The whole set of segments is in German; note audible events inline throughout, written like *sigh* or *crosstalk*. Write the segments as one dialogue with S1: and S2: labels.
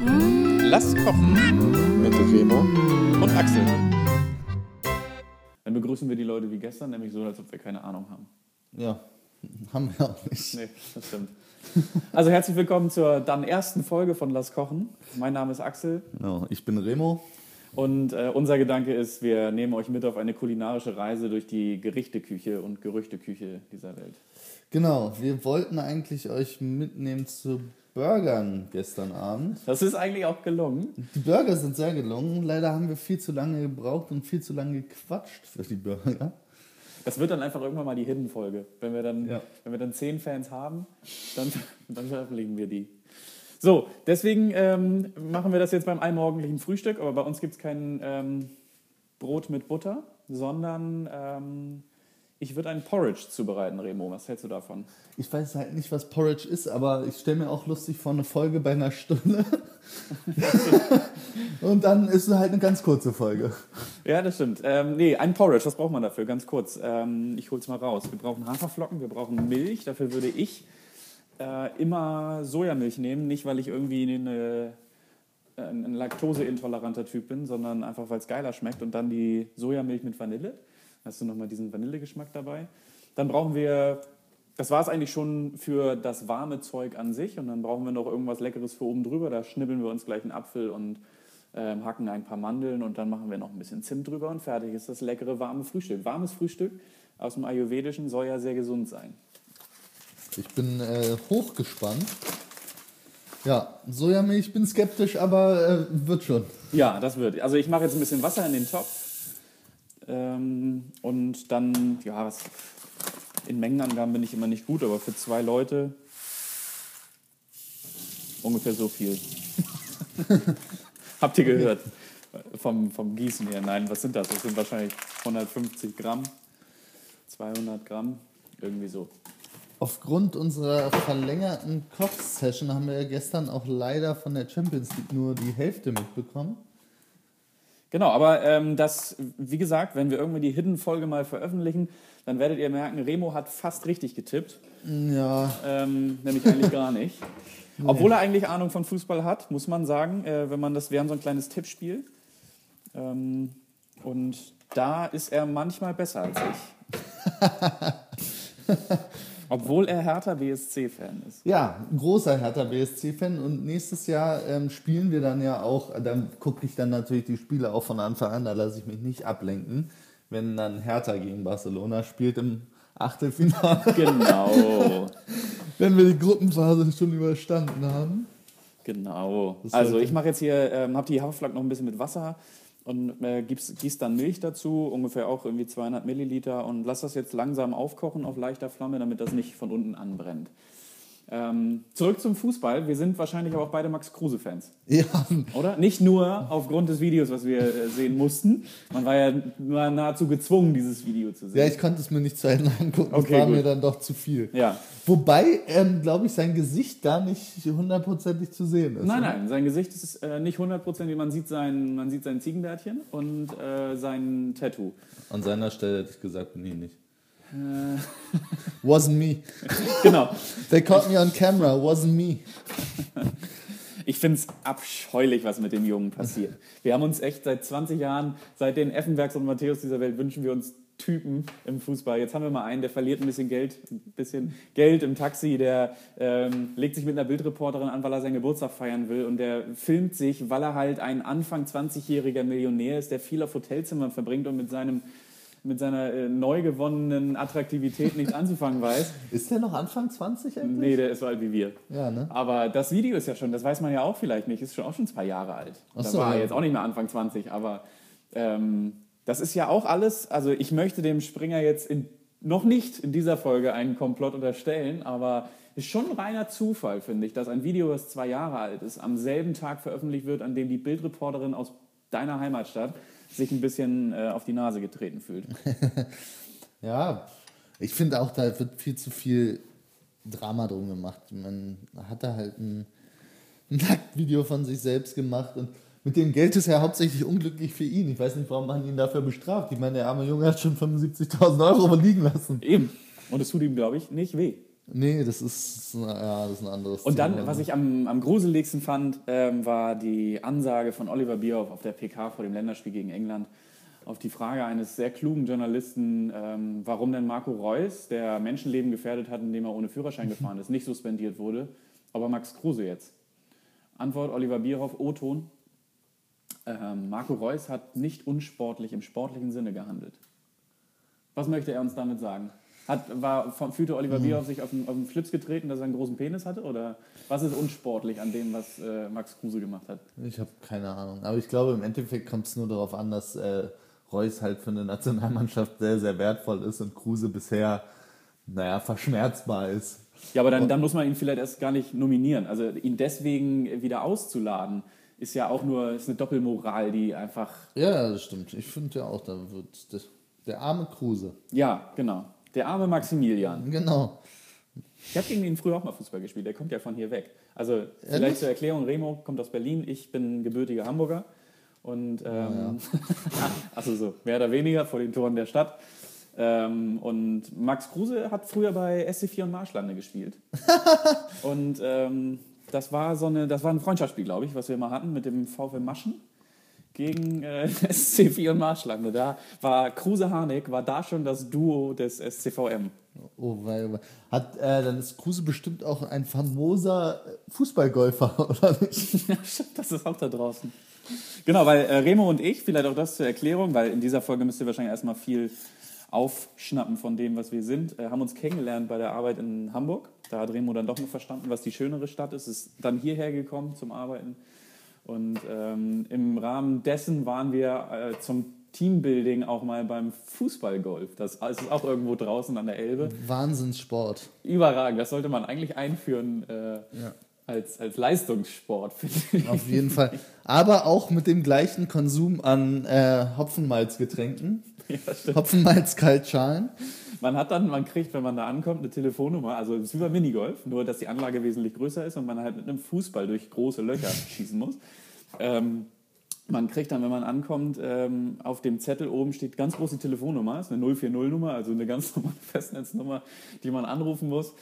S1: Lass kochen
S2: Mit Remo.
S1: und Axel.
S3: Dann begrüßen wir die Leute wie gestern, nämlich so, als ob wir keine Ahnung haben.
S4: Ja, *laughs* haben wir auch nicht.
S3: Nee, das stimmt. Also herzlich willkommen zur dann ersten Folge von Lass Kochen. Mein Name ist Axel
S4: Genau, ich bin Remo.
S3: und äh, unser Gedanke ist, wir nehmen euch mit auf eine kulinarische Reise durch die Gerichteküche und Gerüchteküche dieser Welt.
S4: Genau, wir wollten eigentlich euch mitnehmen zu Burgern gestern Abend.
S3: Das ist eigentlich auch gelungen.
S4: Die Burger sind sehr gelungen. Leider haben wir viel zu lange gebraucht und viel zu lange gequatscht für die Burger.
S3: Das wird dann einfach irgendwann mal die Hidden-Folge. Wenn, wir dann-
S4: Ja.
S3: wenn wir dann zehn Fans haben, dann, *laughs* dann veröffentlichen wir die. So, deswegen ähm, machen wir das jetzt beim allmorgendlichen Frühstück, aber bei uns gibt es kein ähm, Brot mit Butter, sondern ähm, ich würde ein Porridge zubereiten, Remo. Was hältst du davon?
S4: Ich weiß halt nicht, was Porridge ist, aber ich stelle mir auch lustig vor, eine Folge bei einer Stunde. und dann ist es halt eine ganz kurze Folge.
S3: Ja, das stimmt. Ähm, nee, ein Porridge, was braucht man dafür? Ganz kurz. Ähm, ich hol's mal raus. Wir brauchen Haferflocken, wir brauchen Milch. Dafür würde ich äh, immer Sojamilch nehmen. Nicht, weil ich irgendwie eine, ein ein laktoseintoleranter Typ bin, sondern einfach, weil es geiler schmeckt. Und dann die Sojamilch mit Vanille. Da hast du nochmal diesen Vanillegeschmack dabei. Dann brauchen wir, das war es eigentlich schon für das warme Zeug an sich. Und dann brauchen wir noch irgendwas Leckeres für oben drüber. Da schnibbeln wir uns gleich einen Apfel und ähm, hacken ein paar Mandeln und dann machen wir noch ein bisschen Zimt drüber und fertig ist das leckere warme Frühstück. Warmes Frühstück aus dem Ayurvedischen soll ja sehr gesund sein.
S4: Ich bin äh, hochgespannt. Ja, Sojamilch, ich bin skeptisch, aber äh, wird schon.
S3: Ja, das wird. Also ich mache jetzt ein bisschen Wasser in den Topf ähm, und dann, ja, was, in Mengenangaben bin ich immer nicht gut, aber für zwei Leute ungefähr so viel. *laughs* Habt ihr gehört? Vom, vom Gießen her. Nein, was sind das? Das sind wahrscheinlich 150 Gramm, 200 Gramm, irgendwie so.
S4: Aufgrund unserer verlängerten Koch-Session haben wir ja gestern auch leider von der Champions League nur die Hälfte mitbekommen.
S3: Genau, aber ähm, das, wie gesagt, wenn wir irgendwie die Hidden-Folge mal veröffentlichen, dann werdet ihr merken, Remo hat fast richtig getippt,
S4: Ja,
S3: ähm, nämlich eigentlich gar nicht. Obwohl er eigentlich Ahnung von Fußball hat, muss man sagen, äh, wenn man das, wir haben so ein kleines Tippspiel. Ähm, und da ist er manchmal besser als ich. Obwohl er härter BSC-Fan ist.
S4: ja, großer Hertha BSC-Fan und nächstes Jahr ähm, spielen wir dann ja auch, dann gucke ich dann natürlich die Spiele auch von Anfang an, da lasse ich mich nicht ablenken, wenn dann Hertha gegen Barcelona spielt im Achtelfinale, *laughs*
S3: Genau.
S4: wenn wir die Gruppenphase schon überstanden haben.
S3: Genau.
S4: Das
S3: Also
S4: sollte-
S3: ich mache jetzt hier, ähm, habe die Haferflocken noch ein bisschen mit Wasser und äh, gieß, gieß dann Milch dazu, ungefähr auch irgendwie 200 Milliliter und lass das jetzt langsam aufkochen auf leichter Flamme, damit das nicht von unten anbrennt. Ähm, zurück zum Fußball. Wir sind wahrscheinlich aber auch beide Max Kruse-Fans,
S4: Ja,
S3: oder? Nicht nur aufgrund des Videos, was wir äh, sehen mussten. Man war ja nur nahezu gezwungen, dieses Video zu
S4: ja,
S3: sehen.
S4: ich konnte es mir nicht zu Ende angucken, das
S3: Okay,
S4: war
S3: gut.
S4: mir dann doch zu viel.
S3: ja.
S4: Wobei, ähm, glaube ich, sein Gesicht gar nicht hundertprozentig zu sehen ist.
S3: Nein,
S4: oder?
S3: nein, sein Gesicht ist äh, nicht 100%, wie man sieht, sein, man sieht sein Ziegenbärtchen und äh, sein Tattoo.
S4: An seiner Stelle hätte ich gesagt, nee, nicht. wasn't me.
S3: Genau.
S4: They caught me on camera, wasn't me.
S3: Ich finde es abscheulich, was mit dem Jungen passiert. Wir haben uns echt seit 20 Jahren, seit den Effenbergs und Matthäus dieser Welt, wünschen wir uns Typen im Fußball. Jetzt haben wir mal einen, der verliert ein bisschen Geld, ein bisschen Geld im Taxi, der ähm, legt sich mit einer Bildreporterin an, weil er seinen Geburtstag feiern will und der filmt sich, weil er halt ein Anfang 20-jähriger Millionär ist, der viel auf Hotelzimmern verbringt und mit seinem mit seiner äh, neu gewonnenen Attraktivität nichts anzufangen weiß.
S4: Ist der noch Anfang 20 eigentlich?
S3: Nee, der ist so alt wie wir.
S4: Ja, ne?
S3: Aber das Video ist ja schon, das weiß man ja auch vielleicht nicht, ist schon auch schon zwei Jahre alt. da
S4: Ach so,
S3: war er
S4: ja.
S3: jetzt auch nicht mehr Anfang 20, aber ähm, das ist ja auch alles, also ich möchte dem Springer jetzt in, noch nicht in dieser Folge einen Komplott unterstellen, aber ist schon reiner Zufall, finde ich, dass ein Video, das zwei Jahre alt ist, am selben Tag veröffentlicht wird, an dem die Bildreporterin aus deiner Heimatstadt sich ein bisschen äh, auf die Nase getreten fühlt.
S4: Ja. Ich finde auch, da wird viel zu viel Drama drum gemacht. Man hat da halt ein Nacktvideo von sich selbst gemacht und mit dem Geld ist er hauptsächlich unglücklich für ihn. Ich weiß nicht, warum man ihn dafür bestraft. Ich meine, der arme Junge hat schon 75.000 Euro liegen lassen.
S3: Eben. Und es tut ihm, glaube ich, nicht weh.
S4: Nee, das ist, ja, das ist ein anderes
S3: Und dann,
S4: Thema.
S3: was ich am, am gruseligsten fand, ähm, war die Ansage von Oliver Bierhoff auf der PK vor dem Länderspiel gegen England auf die Frage eines sehr klugen Journalisten, ähm, warum denn Marco Reus, der Menschenleben gefährdet hat, indem er ohne Führerschein gefahren ist, nicht suspendiert wurde, aber Max Kruse jetzt. Antwort Oliver Bierhoff, O-Ton. Ähm, Marco Reus hat nicht unsportlich im sportlichen Sinne gehandelt. Was möchte er uns damit sagen? Hat, war, fühlte Oliver Bierhoff sich auf den, auf den Schlips getreten, dass er einen großen Penis hatte? Oder was ist unsportlich an dem, was äh, Max Kruse gemacht hat?
S4: Ich habe keine Ahnung. Aber ich glaube, im Endeffekt kommt es nur darauf an, dass äh, Reus halt für eine Nationalmannschaft sehr, sehr wertvoll ist und Kruse bisher, naja, verschmerzbar ist.
S3: Ja, aber dann, dann muss man ihn vielleicht erst gar nicht nominieren. Also ihn deswegen wieder auszuladen, ist ja auch nur ist eine Doppelmoral, die einfach.
S4: Ja, das stimmt. Ich finde ja auch, da wird das, der arme Kruse.
S3: Ja, genau. Der arme Maximilian.
S4: Genau.
S3: Ich habe gegen ihn früher auch mal Fußball gespielt. Der kommt ja von hier weg. Also vielleicht zur Erklärung: Remo kommt aus Berlin. Ich bin gebürtiger Hamburger. Und ähm, *laughs* also so mehr oder weniger vor den Toren der Stadt. Ähm, und Max Kruse hat früher bei SC4 und Marschlande gespielt. Und ähm, das, war so eine, das war ein Freundschaftsspiel, glaube ich, was wir mal hatten mit dem VfL Maschen gegen äh, *laughs* SC4 und Marschlande. Da war Kruse Harnik, war da schon das Duo des SCVM.
S4: Oh, weil, weil- hat, äh, dann ist Kruse bestimmt auch ein famoser Fußballgolfer, *laughs* oder nicht?
S3: Ja, stimmt, das ist auch da draußen. Genau, weil äh, Remo und ich, vielleicht auch das zur Erklärung, weil in dieser Folge müsst ihr wahrscheinlich erstmal viel aufschnappen von dem, was wir sind, äh, haben uns kennengelernt bei der Arbeit in Hamburg. Da hat Remo dann doch noch verstanden, was die schönere Stadt ist, ist dann hierher gekommen zum Arbeiten. Und ähm, im Rahmen dessen waren wir äh, zum Teambuilding auch mal beim Fußballgolf. Das das ist auch irgendwo draußen an der Elbe.
S4: Wahnsinnssport.
S3: Überragend, das sollte man eigentlich einführen äh, als, als Leistungssport, *laughs* finde ich.
S4: Auf jeden Fall. Aber auch mit dem gleichen Konsum an äh, Hopfenmalzgetränken. Hopfenmalz-Kaltschalen.
S3: Man hat dann, man kriegt, wenn man da ankommt, eine Telefonnummer, also es ist wie beim Minigolf, nur dass die Anlage wesentlich größer ist und man halt mit einem Fußball durch große Löcher schießen muss. Ähm, man kriegt dann, wenn man ankommt, ähm, auf dem Zettel oben steht ganz groß die Telefonnummer, ist eine 040-Nummer, also eine ganz *laughs* normale Festnetznummer, die man anrufen muss,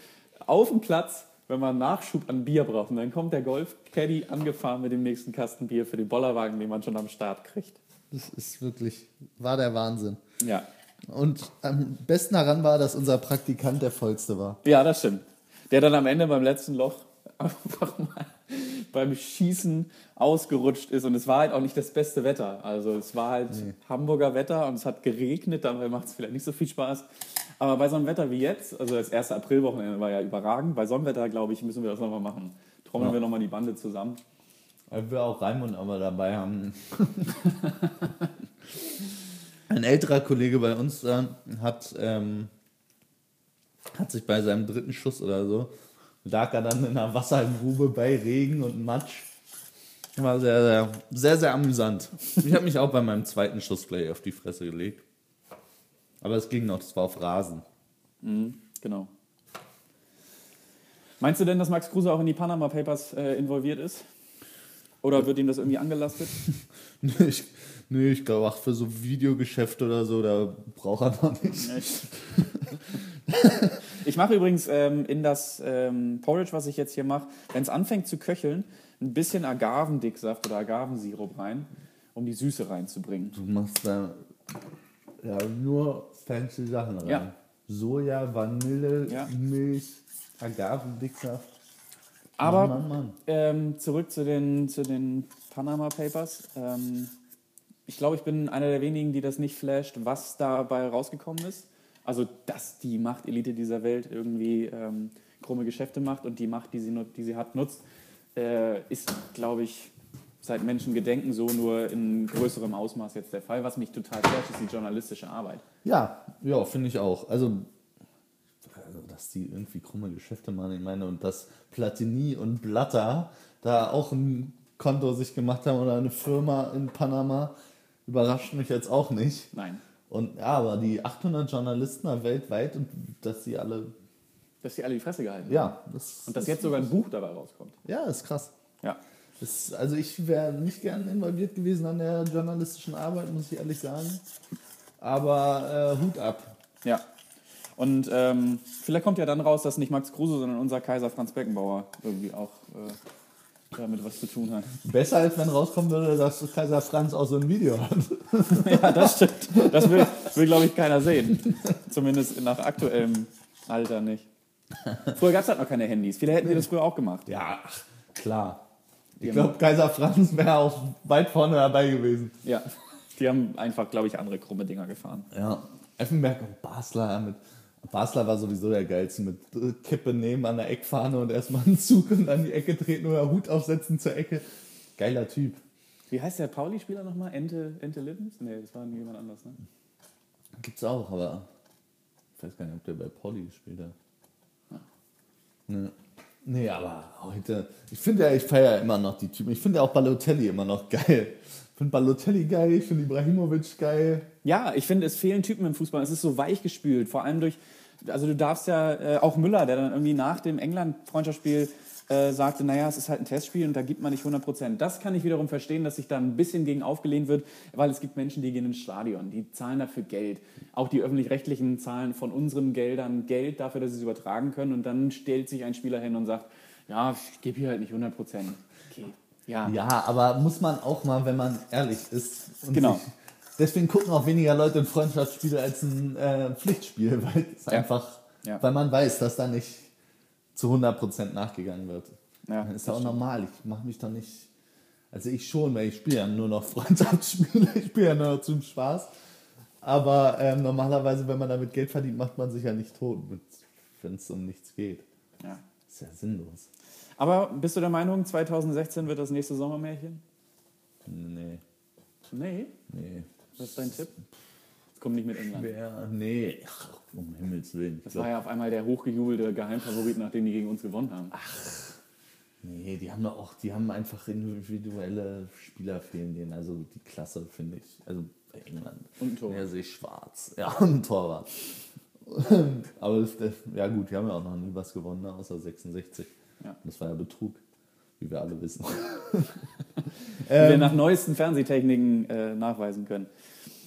S3: auf dem Platz, wenn man Nachschub an Bier braucht. Und dann kommt der Golf-Caddy angefahren mit dem nächsten Kasten Bier für den Bollerwagen, den man schon am Start kriegt.
S4: Das ist wirklich, war der Wahnsinn.
S3: Ja,
S4: Und am besten daran war, dass unser Praktikant der vollste war.
S3: Ja, das stimmt. Der dann am Ende beim letzten Loch *laughs* einfach mal beim Schießen ausgerutscht ist und es war halt auch nicht das beste Wetter. Also es war halt Hamburger Wetter und es hat geregnet, dabei macht es vielleicht nicht so viel Spaß. Aber bei so einem Wetter wie jetzt, also das erste Aprilwochenende war ja überragend, bei Sonnenwetter, glaube ich, müssen wir das nochmal machen. Trommeln wir nochmal die Bande zusammen.
S4: Weil wir auch Raimund aber dabei haben. Ein älterer Kollege bei uns äh, hat, ähm, hat sich bei seinem dritten Schuss oder so, lag er dann in einer Wassergrube bei Regen und Matsch. War sehr, sehr, sehr, sehr amüsant. Ich habe mich auch bei meinem zweiten Schuss gleich auf die Fresse gelegt. Aber es ging noch, das war auf Rasen. *laughs*
S3: Genau. Meinst du denn, dass Max Kruse auch in die Panama Papers äh, involviert ist? Oder wird ihm das irgendwie angelastet?
S4: Nee, ich, nee, ich glaube, ach, für so Videogeschäfte oder so, da braucht er noch nicht.
S3: Ich mache übrigens ähm, in das ähm, Porridge, was ich jetzt hier mache, wenn es anfängt zu köcheln, ein bisschen Agavendicksaft oder Agavensirup rein, um die Süße reinzubringen.
S4: Du machst da ja, nur fancy Sachen rein.
S3: Ja.
S4: Soja, Vanille,
S3: Ja.
S4: Milch, Agavendicksaft.
S3: Aber
S4: Mann, Mann, Mann.
S3: Ähm, zurück zu den, zu den Panama Papers. Ähm, ich glaube, ich bin einer der wenigen, die das nicht flasht, was dabei rausgekommen ist. Also, dass die Machtelite dieser Welt irgendwie ähm, krumme Geschäfte macht und die Macht, die sie, nut- die sie hat, nutzt, äh, ist, glaube ich, seit Menschengedenken so nur in größerem Ausmaß jetzt der Fall. Was mich total flasht, ist die journalistische Arbeit.
S4: Ja, ja, finde ich auch. Also, also, dass die irgendwie krumme Geschäfte machen, ich meine, und dass Platini und Blatter da auch ein Konto sich gemacht haben oder eine Firma in Panama, überrascht mich jetzt auch nicht.
S3: Nein.
S4: Und ja, aber die 800 Journalisten da weltweit und dass sie alle,
S3: Dass die alle die Fresse gehalten haben.
S4: ja, das,
S3: Und dass jetzt sogar ein Buch dabei rauskommt.
S4: ja, ist krass.
S3: Ja.
S4: Das, also ich wäre nicht gern involviert gewesen an der journalistischen Arbeit, muss ich ehrlich sagen. Aber äh, Hut ab.
S3: Ja. Und ähm, vielleicht kommt ja dann raus, dass nicht Max Kruse, sondern unser Kaiser Franz Beckenbauer irgendwie auch äh, damit was zu tun hat. *laughs*
S2: Besser, als wenn rauskommen würde, dass Kaiser Franz auch so ein Video hat.
S3: ja, das stimmt. Das will, will glaube ich, keiner sehen. Zumindest nach aktuellem Alter nicht. Früher gab es halt noch keine Handys. Viele hätten die das früher auch gemacht.
S2: Ja, klar. Ich glaube, Kaiser Franz wäre auch weit vorne dabei gewesen.
S3: Ja. Die haben einfach, glaube ich, andere krumme Dinger gefahren.
S2: Ja. Effenberg und Basler mit. Basler war sowieso der geilste mit äh, Kippe nehmen an der Eckfahne und erstmal einen Zug und an die Ecke treten oder Hut aufsetzen zur Ecke. Geiler Typ.
S3: Wie heißt der Pauli-Spieler nochmal? Ente, Ente Lippens? Nee, das war jemand anders, ne?
S2: Gibt's auch, aber ich weiß gar nicht, ob der bei Pauli gespielt hat. Ne. Nee, aber heute, ich finde ja, ich feiere immer noch die Typen. Ich finde ja auch Balotelli immer noch geil. Ich finde Balotelli geil, ich finde Ibrahimovic geil.
S3: Ja, ich finde, es fehlen Typen im Fußball. Es ist so weich gespült, vor allem durch. Also du darfst ja äh, auch Müller, der dann irgendwie nach dem England-Freundschaftsspiel äh, sagte, naja, es ist halt ein Testspiel und da gibt man nicht 100 Prozent. Das kann ich wiederum verstehen, dass sich da ein bisschen gegen aufgelehnt wird, weil es gibt Menschen, die gehen ins Stadion, die zahlen dafür Geld. Auch die öffentlich-rechtlichen zahlen von unseren Geldern Geld dafür, dass sie es übertragen können und dann stellt sich ein Spieler hin und sagt, ja, ich gebe hier halt nicht 100 Prozent. Okay. Ja.
S2: Ja, aber muss man auch mal, wenn man ehrlich ist. und
S3: Genau.
S2: Sich, deswegen gucken auch weniger Leute ein Freundschaftsspiel als ein äh, Pflichtspiel, *laughs* weil es einfach,
S3: Ja.
S2: weil man weiß, dass da nicht zu 100% nachgegangen wird.
S3: Ja,
S2: Das ist
S3: das
S2: ja auch normal. Ich mache mich doch nicht. Also ich schon, weil ich spiele ja nur noch *laughs* Freundschaftsspiele, ich spiele ja nur noch zum Spaß. Aber ähm, normalerweise, wenn man damit Geld verdient, macht man sich ja nicht tot, wenn es um nichts geht.
S3: Ja.
S2: Ist ja sinnlos.
S3: Aber bist du der Meinung, 2016 wird das nächste Sommermärchen?
S2: Nee,
S3: Nee.
S2: nee.
S3: Was ist dein Tipp? Es kommt nicht mit England.
S2: Wer? Nee, ach, um Himmels Willen. Ich
S3: Das
S2: glaub,
S3: war ja auf einmal der hochgejubelte Geheimfavorit, nachdem die gegen uns gewonnen haben.
S2: nee, die haben doch auch, die haben einfach individuelle Spieler fehlen denen. Also die Klasse, finde ich. Also bei England.
S3: Und ein Tor.
S2: Ja, sehe ich schwarz. Ja, *laughs* und ein Torwart. Aber das, das, ja gut, die haben ja auch noch nie was gewonnen, ne, außer 66.
S3: Ja.
S2: Das war ja Betrug, wie wir alle
S3: *laughs*
S2: wissen. Ähm,
S3: die wir nach neuesten Fernsehtechniken äh, nachweisen können.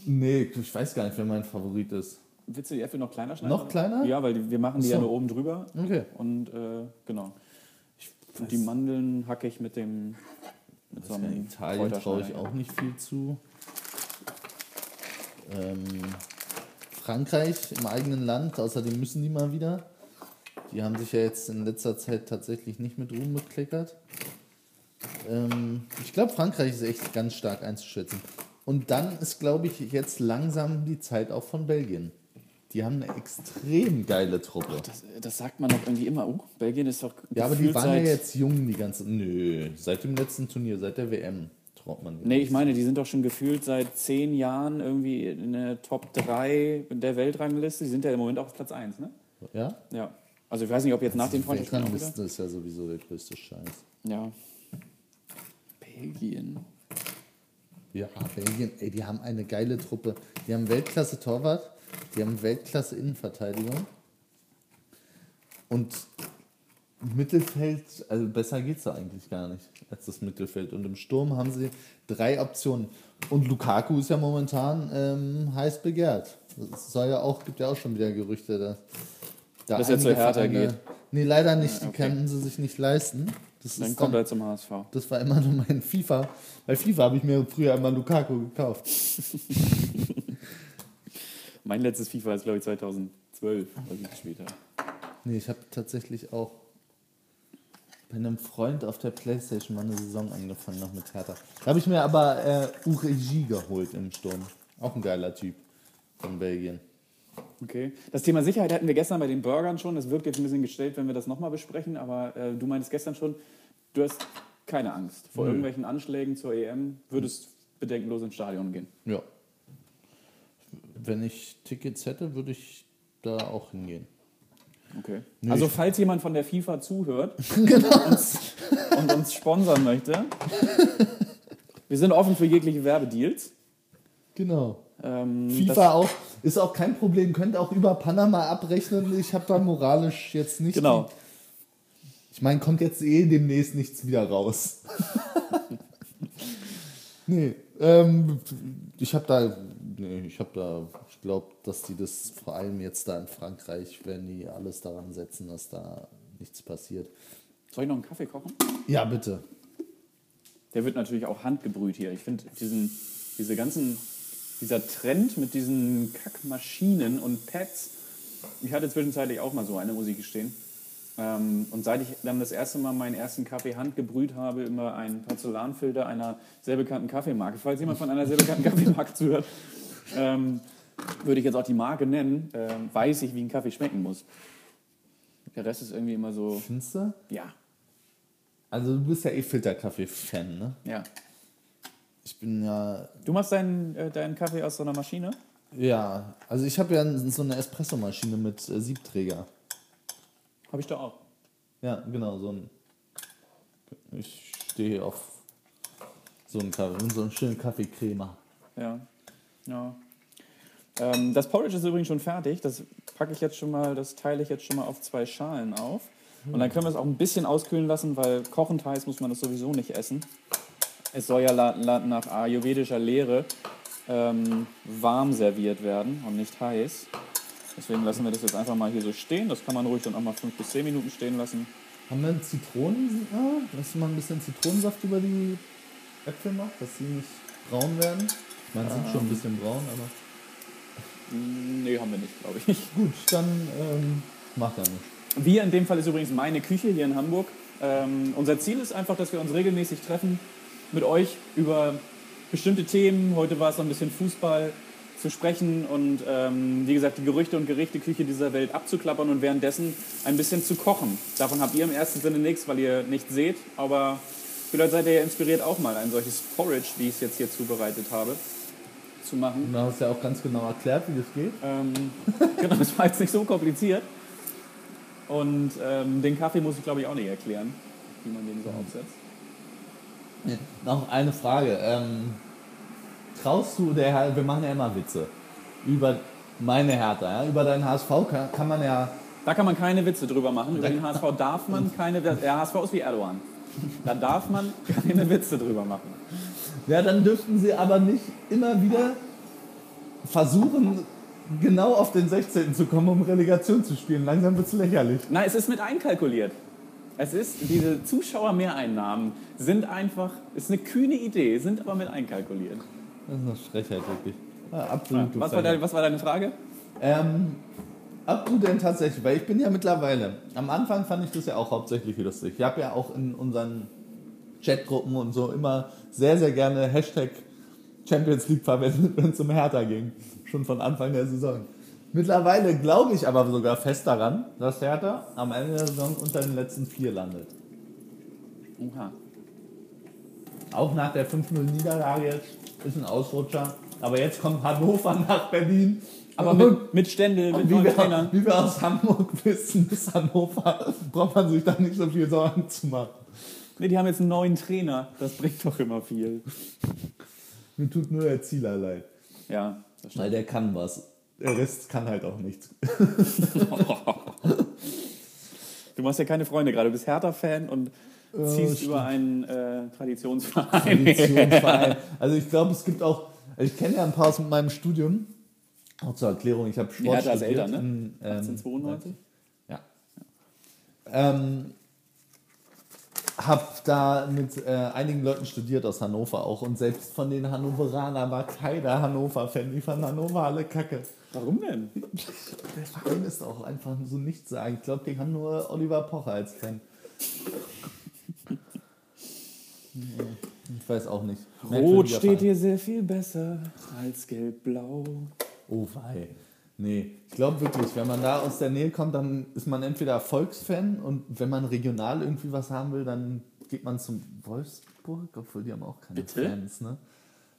S2: nee, ich weiß gar nicht, wer mein Favorit ist.
S3: Willst du die Äpfel noch kleiner schneiden?
S2: Noch kleiner?
S3: Ja, weil die, wir machen die
S2: Ach so.
S3: ja nur oben drüber.
S2: Okay.
S3: Und äh, genau. Ich, und die Mandeln hacke ich mit dem. Mit so einem
S2: In Italien traue ich
S3: Kräuterschneider.
S2: auch nicht viel zu.
S4: Ähm, Frankreich im eigenen Land, außerdem müssen die mal wieder. Die haben sich ja jetzt in letzter Zeit tatsächlich nicht mit Ruhm bekleckert. Ähm, ich glaube, Frankreich ist echt ganz stark einzuschätzen. Und dann ist, glaube ich, jetzt langsam die Zeit auch von Belgien. Die haben eine extrem geile Truppe.
S3: Das, das sagt man doch irgendwie immer. Oh, Belgien ist doch.
S4: Ja, aber die
S3: gefühlt
S4: waren ja
S3: seit-
S4: jetzt jung die ganze. Nö, seit dem letzten Turnier, seit der WM traut man. denen
S3: Nee, ich
S4: das.
S3: meine, die sind doch schon gefühlt seit zehn Jahren irgendwie in der Top 3 der Weltrangliste. Die sind ja im Moment auf Platz 1, ne?
S4: Ja?
S3: Ja. Also ich weiß nicht, ob jetzt nach dem Freundschaftsspiel auch wieder.
S4: Weltranglisten ist ja sowieso der größte Scheiß.
S3: Ja. Belgien.
S4: Ja, Belgien, ey, die haben eine geile Truppe. Die haben Weltklasse-Torwart, die haben Weltklasse-Innenverteidigung.
S2: Und Mittelfeld, also besser geht's da eigentlich gar nicht als das Mittelfeld.
S4: Und im Sturm haben sie drei Optionen. Und Lukaku ist ja momentan ähm, heiß begehrt. Es soll ja auch, gibt ja auch schon wieder Gerüchte, dass da
S3: Dass er zu
S4: einige
S3: Hertha
S4: Vereine-
S3: geht.
S4: Nee, leider nicht.
S3: Ah,
S4: Die
S3: okay.
S4: können sie sich nicht leisten. Das
S3: Dann
S4: ist
S3: kommt
S4: dann-
S3: er zum HSV.
S4: Das war immer nur mein FIFA. Bei FIFA habe ich mir früher immer Lukaku gekauft.
S3: Mein letztes FIFA ist, glaube ich, 2012, was ich gespielt habe.
S4: Nee, ich habe tatsächlich auch.
S2: Bei einem Freund auf der Playstation war eine Saison angefangen, noch mit Hertha. Da habe ich mir aber äh, Uregi geholt im Sturm. Auch ein geiler Typ von Belgien.
S3: Okay. Das Thema Sicherheit hatten wir gestern bei den Burgern schon. Das wirkt jetzt ein bisschen gestellt, wenn wir das nochmal besprechen. Aber äh, du meintest gestern schon, du hast keine Angst vor irgendwelchen Anschlägen zur EM. Würdest bedenkenlos ins Stadion gehen.
S4: Ja. Wenn ich Tickets hätte, würde ich da auch hingehen. *laughs*
S3: Okay. also falls jemand von der FIFA zuhört
S4: Genau.
S3: und, uns, und uns sponsern möchte, wir sind offen für jegliche Werbedeals.
S4: Genau.
S3: Ähm,
S4: FIFA auch, ist auch kein Problem, könnt auch über Panama abrechnen. Ich habe da moralisch jetzt nicht.
S3: Das, genau.
S4: Ich meine, kommt jetzt eh demnächst nichts wieder raus. *laughs* nee, ähm, ich habe da nee, ich habe da, ich glaube, dass die das vor allem jetzt da in Frankreich, wenn die alles daran setzen, dass da nichts passiert.
S3: Soll ich noch einen Kaffee kochen?
S4: Ja, bitte.
S3: Der wird natürlich auch handgebrüht hier. Ich finde diesen, diese ganzen, dieser Trend mit diesen Kackmaschinen und Pads. Ich hatte zwischenzeitlich auch mal so eine, muss ich gestehen. Ähm, und seit ich dann das erste Mal meinen ersten Kaffee handgebrüht habe, immer einen Porzellanfilter einer sehr bekannten Kaffeemarke. Falls jemand von einer sehr bekannten Kaffeemarke zuhört, ähm, würde ich jetzt auch die Marke nennen, ähm, weiß ich, wie ein Kaffee schmecken muss. Der Rest ist irgendwie immer so,
S4: Findest du?
S3: ja,
S4: Also du bist ja eh Filterkaffee-Fan, ne?
S3: ja.
S4: Ich bin ja,
S3: Du machst deinen, äh, deinen Kaffee aus so einer Maschine?
S4: ja, also ich habe ja so eine Espressomaschine mit äh, Siebträger.
S3: Habe ich da auch.
S4: Ja, genau, so ein. Ich stehe auf so einen Kaffee, so einen schönen Kaffeecremer.
S3: Ja. ja. Ähm, das Porridge ist übrigens schon fertig. Das packe ich jetzt schon mal, das teile ich jetzt schon mal auf zwei Schalen auf. Und dann können wir es auch ein bisschen auskühlen lassen, weil kochend heiß muss man das sowieso nicht essen. Es soll ja la- la- nach ayurvedischer Lehre ähm, warm serviert werden und nicht heiß. Deswegen lassen wir das jetzt einfach mal hier so stehen. Das kann man ruhig dann auch mal fünf bis zehn Minuten stehen lassen.
S4: Haben wir Zitronen? Ah, Lass mal ein bisschen Zitronensaft über die Äpfel machen, dass sie nicht braun werden. Ich meine, sie sind schon ein bisschen braun, aber.
S3: Nee, haben wir nicht, glaube ich.
S4: Gut, dann ähm, macht er nicht.
S3: Wir in dem Fall ist übrigens meine Küche hier in Hamburg. Ähm, unser Ziel ist einfach, dass wir uns regelmäßig treffen, mit euch über bestimmte Themen, heute war es noch ein bisschen Fußball, zu sprechen und ähm, wie gesagt die Gerüchte und Gerichteküche dieser Welt abzuklappern und währenddessen ein bisschen zu kochen. Davon habt ihr im ersten Sinne nichts, weil ihr nichts seht, aber vielleicht seid ihr ja inspiriert auch mal ein solches Porridge, wie ich es jetzt hier zubereitet habe, zu machen.
S4: Und du hast ja auch ganz genau erklärt, wie das geht.
S3: Ähm, *laughs* genau, das war jetzt nicht so kompliziert. Und ähm, den Kaffee muss ich, glaube ich, auch nicht erklären, wie man den so aufsetzt.
S4: Noch eine Frage. Ähm, traust du der Her- wir machen ja immer Witze. Über meine Hertha, ja? über deinen HSV kann, kann man ja.
S3: Da kann man keine Witze drüber machen. Über den HSV darf
S4: *laughs*
S3: man keine Witze... Der HSV ist wie Erdogan. Da darf man keine Witze drüber machen.
S4: Ja, dann dürften sie aber nicht immer wieder versuchen, genau auf den 16. zu kommen, um Relegation zu spielen. Langsam wird's lächerlich.
S3: Nein, es ist mit einkalkuliert. Es ist, diese Zuschauermehreinnahmen sind einfach, ist eine kühne Idee, sind aber mit einkalkuliert.
S4: Das ist eine Frechheit, wirklich. Ja,
S3: Ja,
S4: absolut.
S3: was, war deine, was war deine Frage?
S4: Ähm, ob du denn tatsächlich, weil ich bin ja mittlerweile, am Anfang fand ich das ja auch hauptsächlich lustig. Ich habe ja auch in unseren Chatgruppen und so immer sehr, sehr gerne Hashtag Champions League verwendet, *laughs* wenn es um Hertha ging. Schon von Anfang der Saison. Mittlerweile glaube ich aber sogar fest daran, dass Hertha am Ende der Saison unter den letzten vier landet.
S3: Oha.
S4: Auch nach der 5-0-Niederlage jetzt ist ein Ausrutscher. Aber jetzt kommt Hannover *laughs* nach Berlin.
S3: Aber mit, mit Ständel, mit
S4: Äh, Wie
S3: neuen
S4: wir,
S3: Trainern.
S4: wie wir aus Hamburg *laughs* wissen, bis Hannover braucht man sich da nicht so viel Sorgen zu machen.
S3: Nee, die haben jetzt einen neuen Trainer. Das bringt doch immer viel.
S4: Mir tut nur der Zieler leid.
S3: Ja, das stimmt.
S4: Weil der kann was. Der Rest kann halt auch *laughs* nichts.
S3: *laughs* Du machst ja keine Freunde gerade. Du bist Hertha-Fan und ziehst über einen äh, Traditionsverein.
S4: Traditionsverein. Also ich glaube, es gibt auch, also ich kenne ja ein paar aus meinem Studium. Auch zur Erklärung, ich habe Sport
S3: Hertha ist
S4: studiert
S3: älter, ne?
S4: in, ähm,
S3: 1892?
S4: Ja. Ähm, hab da mit äh, einigen Leuten studiert aus Hannover auch und selbst von den Hannoveranern war keiner Hannover-Fan. Die fanden Hannover alle kacke.
S3: Warum denn?
S4: Der Verein ist auch einfach so nichts sagen. Ich glaube, die haben nur Oliver Pocher als Fan. Ja, Ich weiß auch nicht.
S3: Rot
S4: Merkwürdiger
S3: steht
S4: Verein.
S3: dir sehr viel besser als gelb-blau.
S4: Oh wei. Nee, ich glaube wirklich, wenn man da aus der Nähe kommt, dann ist man entweder Volksfan und wenn man regional irgendwie was haben will, dann geht man zum Wolfsburg, obwohl die haben auch keine
S3: Bitte?
S4: Fans, ne?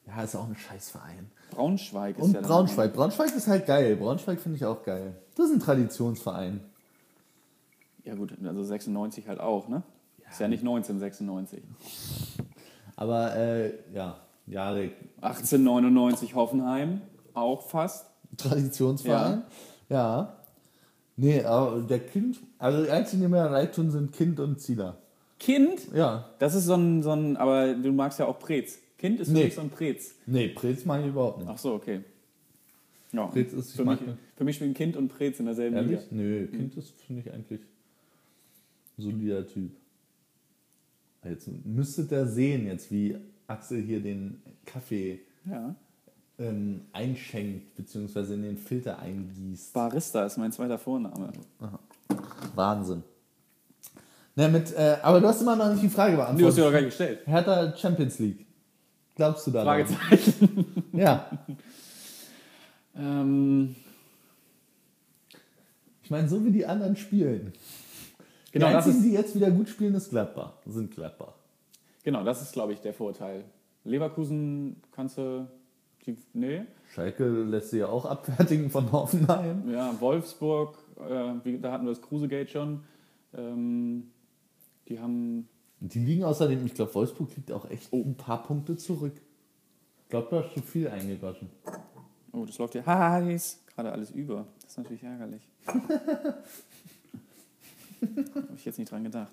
S4: Ja, ist auch ein Scheißverein.
S3: Braunschweig ist
S4: Und
S3: ja dann-
S4: Braunschweig. Braunschweig ist halt geil. Braunschweig finde ich auch geil. Das ist ein Traditionsverein.
S3: Ja gut, also 96 halt auch, ne? Ist ja nicht 1996.
S4: Aber äh, ja, Jarek,
S3: 1899 Hoffenheim, auch fast.
S4: Traditionsverein. Ja. Nee, aber der Kind, also die einzigen, die mir leid tun, sind Kind und Zieler.
S3: Kind?
S4: Ja.
S3: Das ist so ein, so ein aber du magst ja auch Prez. Kind ist für
S4: Nee.
S3: mich so ein Prez.
S4: Nee, Prez mag ich überhaupt nicht.
S3: Ach so, okay. Ja.
S4: Brez ist- ich
S3: für, mich,
S4: mag-
S3: für mich spielen Kind und Prez in derselben
S4: Ehrlich?
S3: Liga.
S4: Nö, Kind ist, finde ich, eigentlich ein solider Typ. Jetzt müsstet ihr sehen, jetzt wie Axel hier den Kaffee
S3: Ja.
S4: ähm, einschenkt, beziehungsweise in den Filter eingießt.
S3: Barista ist mein zweiter Vorname.
S4: Wahnsinn. Na, mit, äh, aber du hast immer noch nicht die Frage
S3: Die hast du ja
S4: beantwortet.
S3: doch gar nicht gestellt.
S4: Hertha Champions League. Glaubst du daran?
S3: Fragezeichen. *laughs*
S4: Ja.
S3: Ähm,
S4: Ich meine, so wie die anderen spielen.
S3: genau,
S4: die
S3: das
S4: einzigen,
S3: ist,
S4: die jetzt wieder gut spielen, ist Gladbach. Sind Gladbach.
S3: genau, das ist, glaube ich, der Vorteil. Leverkusen kannst du. Die, nee.
S4: Schalke lässt sie ja auch abfertigen von *laughs* Hoffenheim.
S3: Ja, Wolfsburg, äh, wie, da hatten wir das Krusegate schon. Ähm, die haben.
S4: Und Die liegen außerdem, ich glaube, Wolfsburg liegt auch echt
S3: Oh.
S4: ein paar Punkte zurück. Ich glaube, da ist zu viel eingegossen.
S3: Oh, das läuft ja heiß. Gerade alles über. Das ist natürlich
S4: *laughs*
S3: ärgerlich. Habe ich jetzt nicht dran gedacht.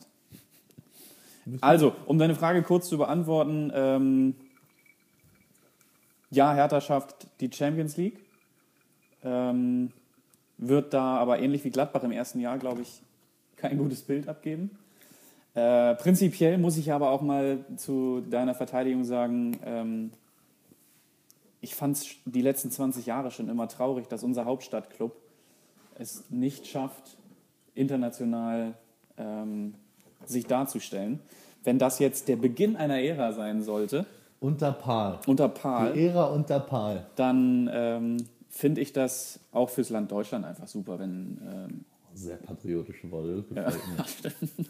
S3: Also, um deine Frage kurz zu beantworten: ähm, Ja, Hertha schafft die Champions League. Ähm, wird da aber ähnlich wie Gladbach im ersten Jahr, glaube ich, kein gutes Bild abgeben. Äh, prinzipiell muss ich aber auch mal zu deiner Verteidigung sagen, ähm, ich fand es die letzten 20 Jahre schon immer traurig, dass unser Hauptstadtclub es nicht schafft, international ähm, sich darzustellen. Wenn das jetzt der Beginn einer Ära sein sollte,
S4: Unter Paul.
S3: unter
S4: Die
S3: Paul,
S4: Ära unter Paul.
S3: dann ähm, finde ich das auch fürs Land Deutschland einfach super, wenn ähm,
S4: Sehr patriotische Worte. das
S3: Ja.
S4: gefällt
S3: *laughs*
S4: mir.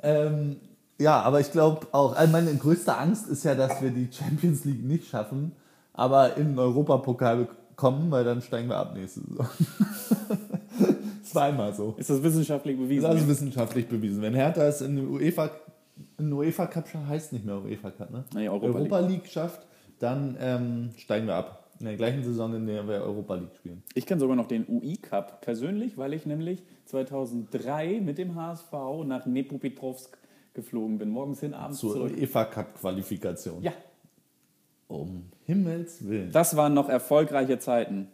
S4: Ähm, ja, aber ich glaube auch, also meine größte Angst ist ja, dass wir die Champions League nicht schaffen, aber in den Europapokal kommen, weil dann steigen wir ab nächste Saison. *laughs* Zweimal so.
S3: Ist das wissenschaftlich bewiesen?
S4: Das ist
S3: ja.
S4: wissenschaftlich bewiesen. Wenn Hertha es in den UEFA, in den UEFA Cup schafft, heißt nicht mehr UEFA Cup, ne?
S3: Nee, Europa
S4: League. schafft, dann ähm, steigen wir ab. In der gleichen Saison, in der wir Europa League spielen.
S3: Ich kenne sogar noch den UI-Cup persönlich, weil ich nämlich 2003 mit dem HSV nach Nepopetrovsk geflogen bin. Morgens hin, abends
S4: Zur
S3: zurück.
S4: UEFA Cup Qualifikation.
S3: Ja,
S4: Um Himmels Willen.
S3: das waren noch erfolgreiche Zeiten.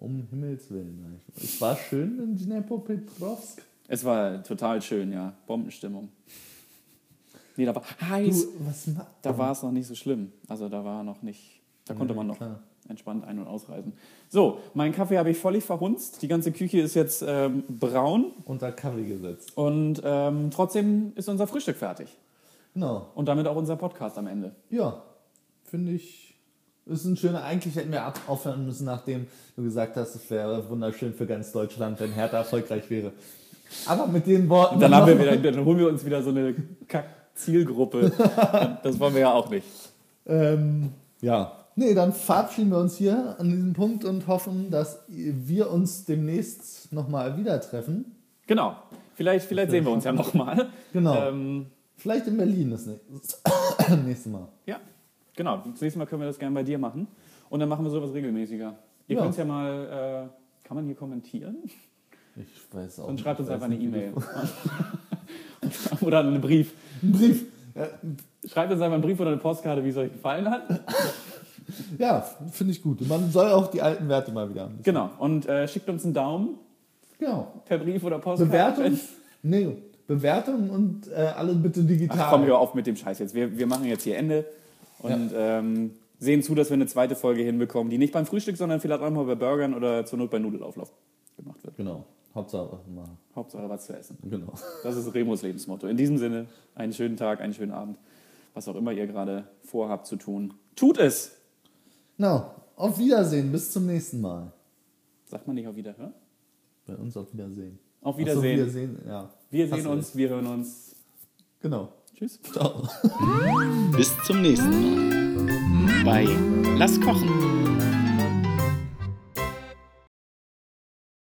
S4: Um Himmels Willen. Es war schön in Dnepropetrovsk.
S3: Es war total schön, ja. Bombenstimmung. Nee, da war
S4: Du,
S3: heiß.
S4: was ma-
S3: Da war es noch nicht so schlimm. Also da war noch nicht, da konnte man noch
S4: klar.
S3: entspannt ein- und ausreisen. So, meinen Kaffee habe ich völlig verhunzt. Die ganze Küche ist jetzt ähm, braun
S4: Unter Kaffee gesetzt.
S3: und ähm, trotzdem ist unser Frühstück fertig.
S4: Genau.
S3: Und damit auch unser Podcast am
S4: *laughs*
S3: Ende.
S4: Ja, finde ich. Ist ein schöner, eigentlich hätten wir ab- aufhören müssen, nachdem du gesagt hast, es wäre wunderschön für ganz Deutschland, wenn Hertha erfolgreich wäre. Aber mit den Worten.
S3: Dann, haben wir wieder, dann holen wir uns wieder so eine Kack-Zielgruppe. *laughs* Das wollen wir ja auch nicht.
S4: Ähm, ja. Nee, dann verabschieden wir uns hier an diesem Punkt und hoffen, dass wir uns demnächst nochmal wieder treffen.
S3: Genau. Vielleicht, vielleicht sehen wir uns ja nochmal.
S4: Genau.
S3: Ähm,
S4: Vielleicht in Berlin das nä- nächste *coughs* Mal.
S3: ja, genau. Das nächste Mal können wir das gerne bei dir machen. Und dann machen wir sowas regelmäßiger. Ihr
S4: Ja.
S3: könnt ja mal, äh, kann man hier kommentieren?
S4: Ich weiß auch
S3: Dann schreibt uns
S4: ich weiß
S3: einfach eine
S4: nicht, wie
S3: E-Mail. *laughs* oder einen Brief.
S4: das- Ein Brief. Ja,
S3: Schreibt uns einfach einen Brief oder eine Postkarte, wie es euch gefallen hat.
S4: Ja, finde ich gut. Man soll auch die alten Werte mal wieder haben.
S3: Genau. Und äh, schickt uns einen Daumen
S4: Genau.
S3: per Brief oder Postkarte.
S4: Bewertung, nee, Bewertung und äh, alle bitte digital.
S3: Ach, komm, hör auf mit dem Scheiß jetzt. Wir, wir machen jetzt hier Ende und ähm, sehen zu, dass wir eine zweite Folge hinbekommen, die nicht beim Frühstück, sondern vielleicht auch mal bei Burgern oder zur Not bei Nudelauflauf gemacht wird.
S4: genau. Hauptsache mal.
S3: Hauptsache was zu essen.
S4: Genau.
S3: Das ist Remos Lebensmotto. In diesem Sinne, einen schönen Tag, einen schönen Abend. Was auch immer ihr gerade vorhabt zu tun. Tut es!
S4: Genau. Auf Wiedersehen. Bis zum nächsten Mal.
S3: Sagt man nicht auf Wiederhören?
S4: Bei uns auf Wiedersehen.
S3: Auf
S4: Ach so,
S3: Wiedersehen.
S4: Wiedersehen. Ja.
S3: Wir
S4: Hast
S3: sehen
S4: du
S3: uns, wir hören uns.
S4: recht. Genau.
S3: Tschüss.
S4: Ciao.
S1: Bis zum nächsten Mal bei Lass kochen.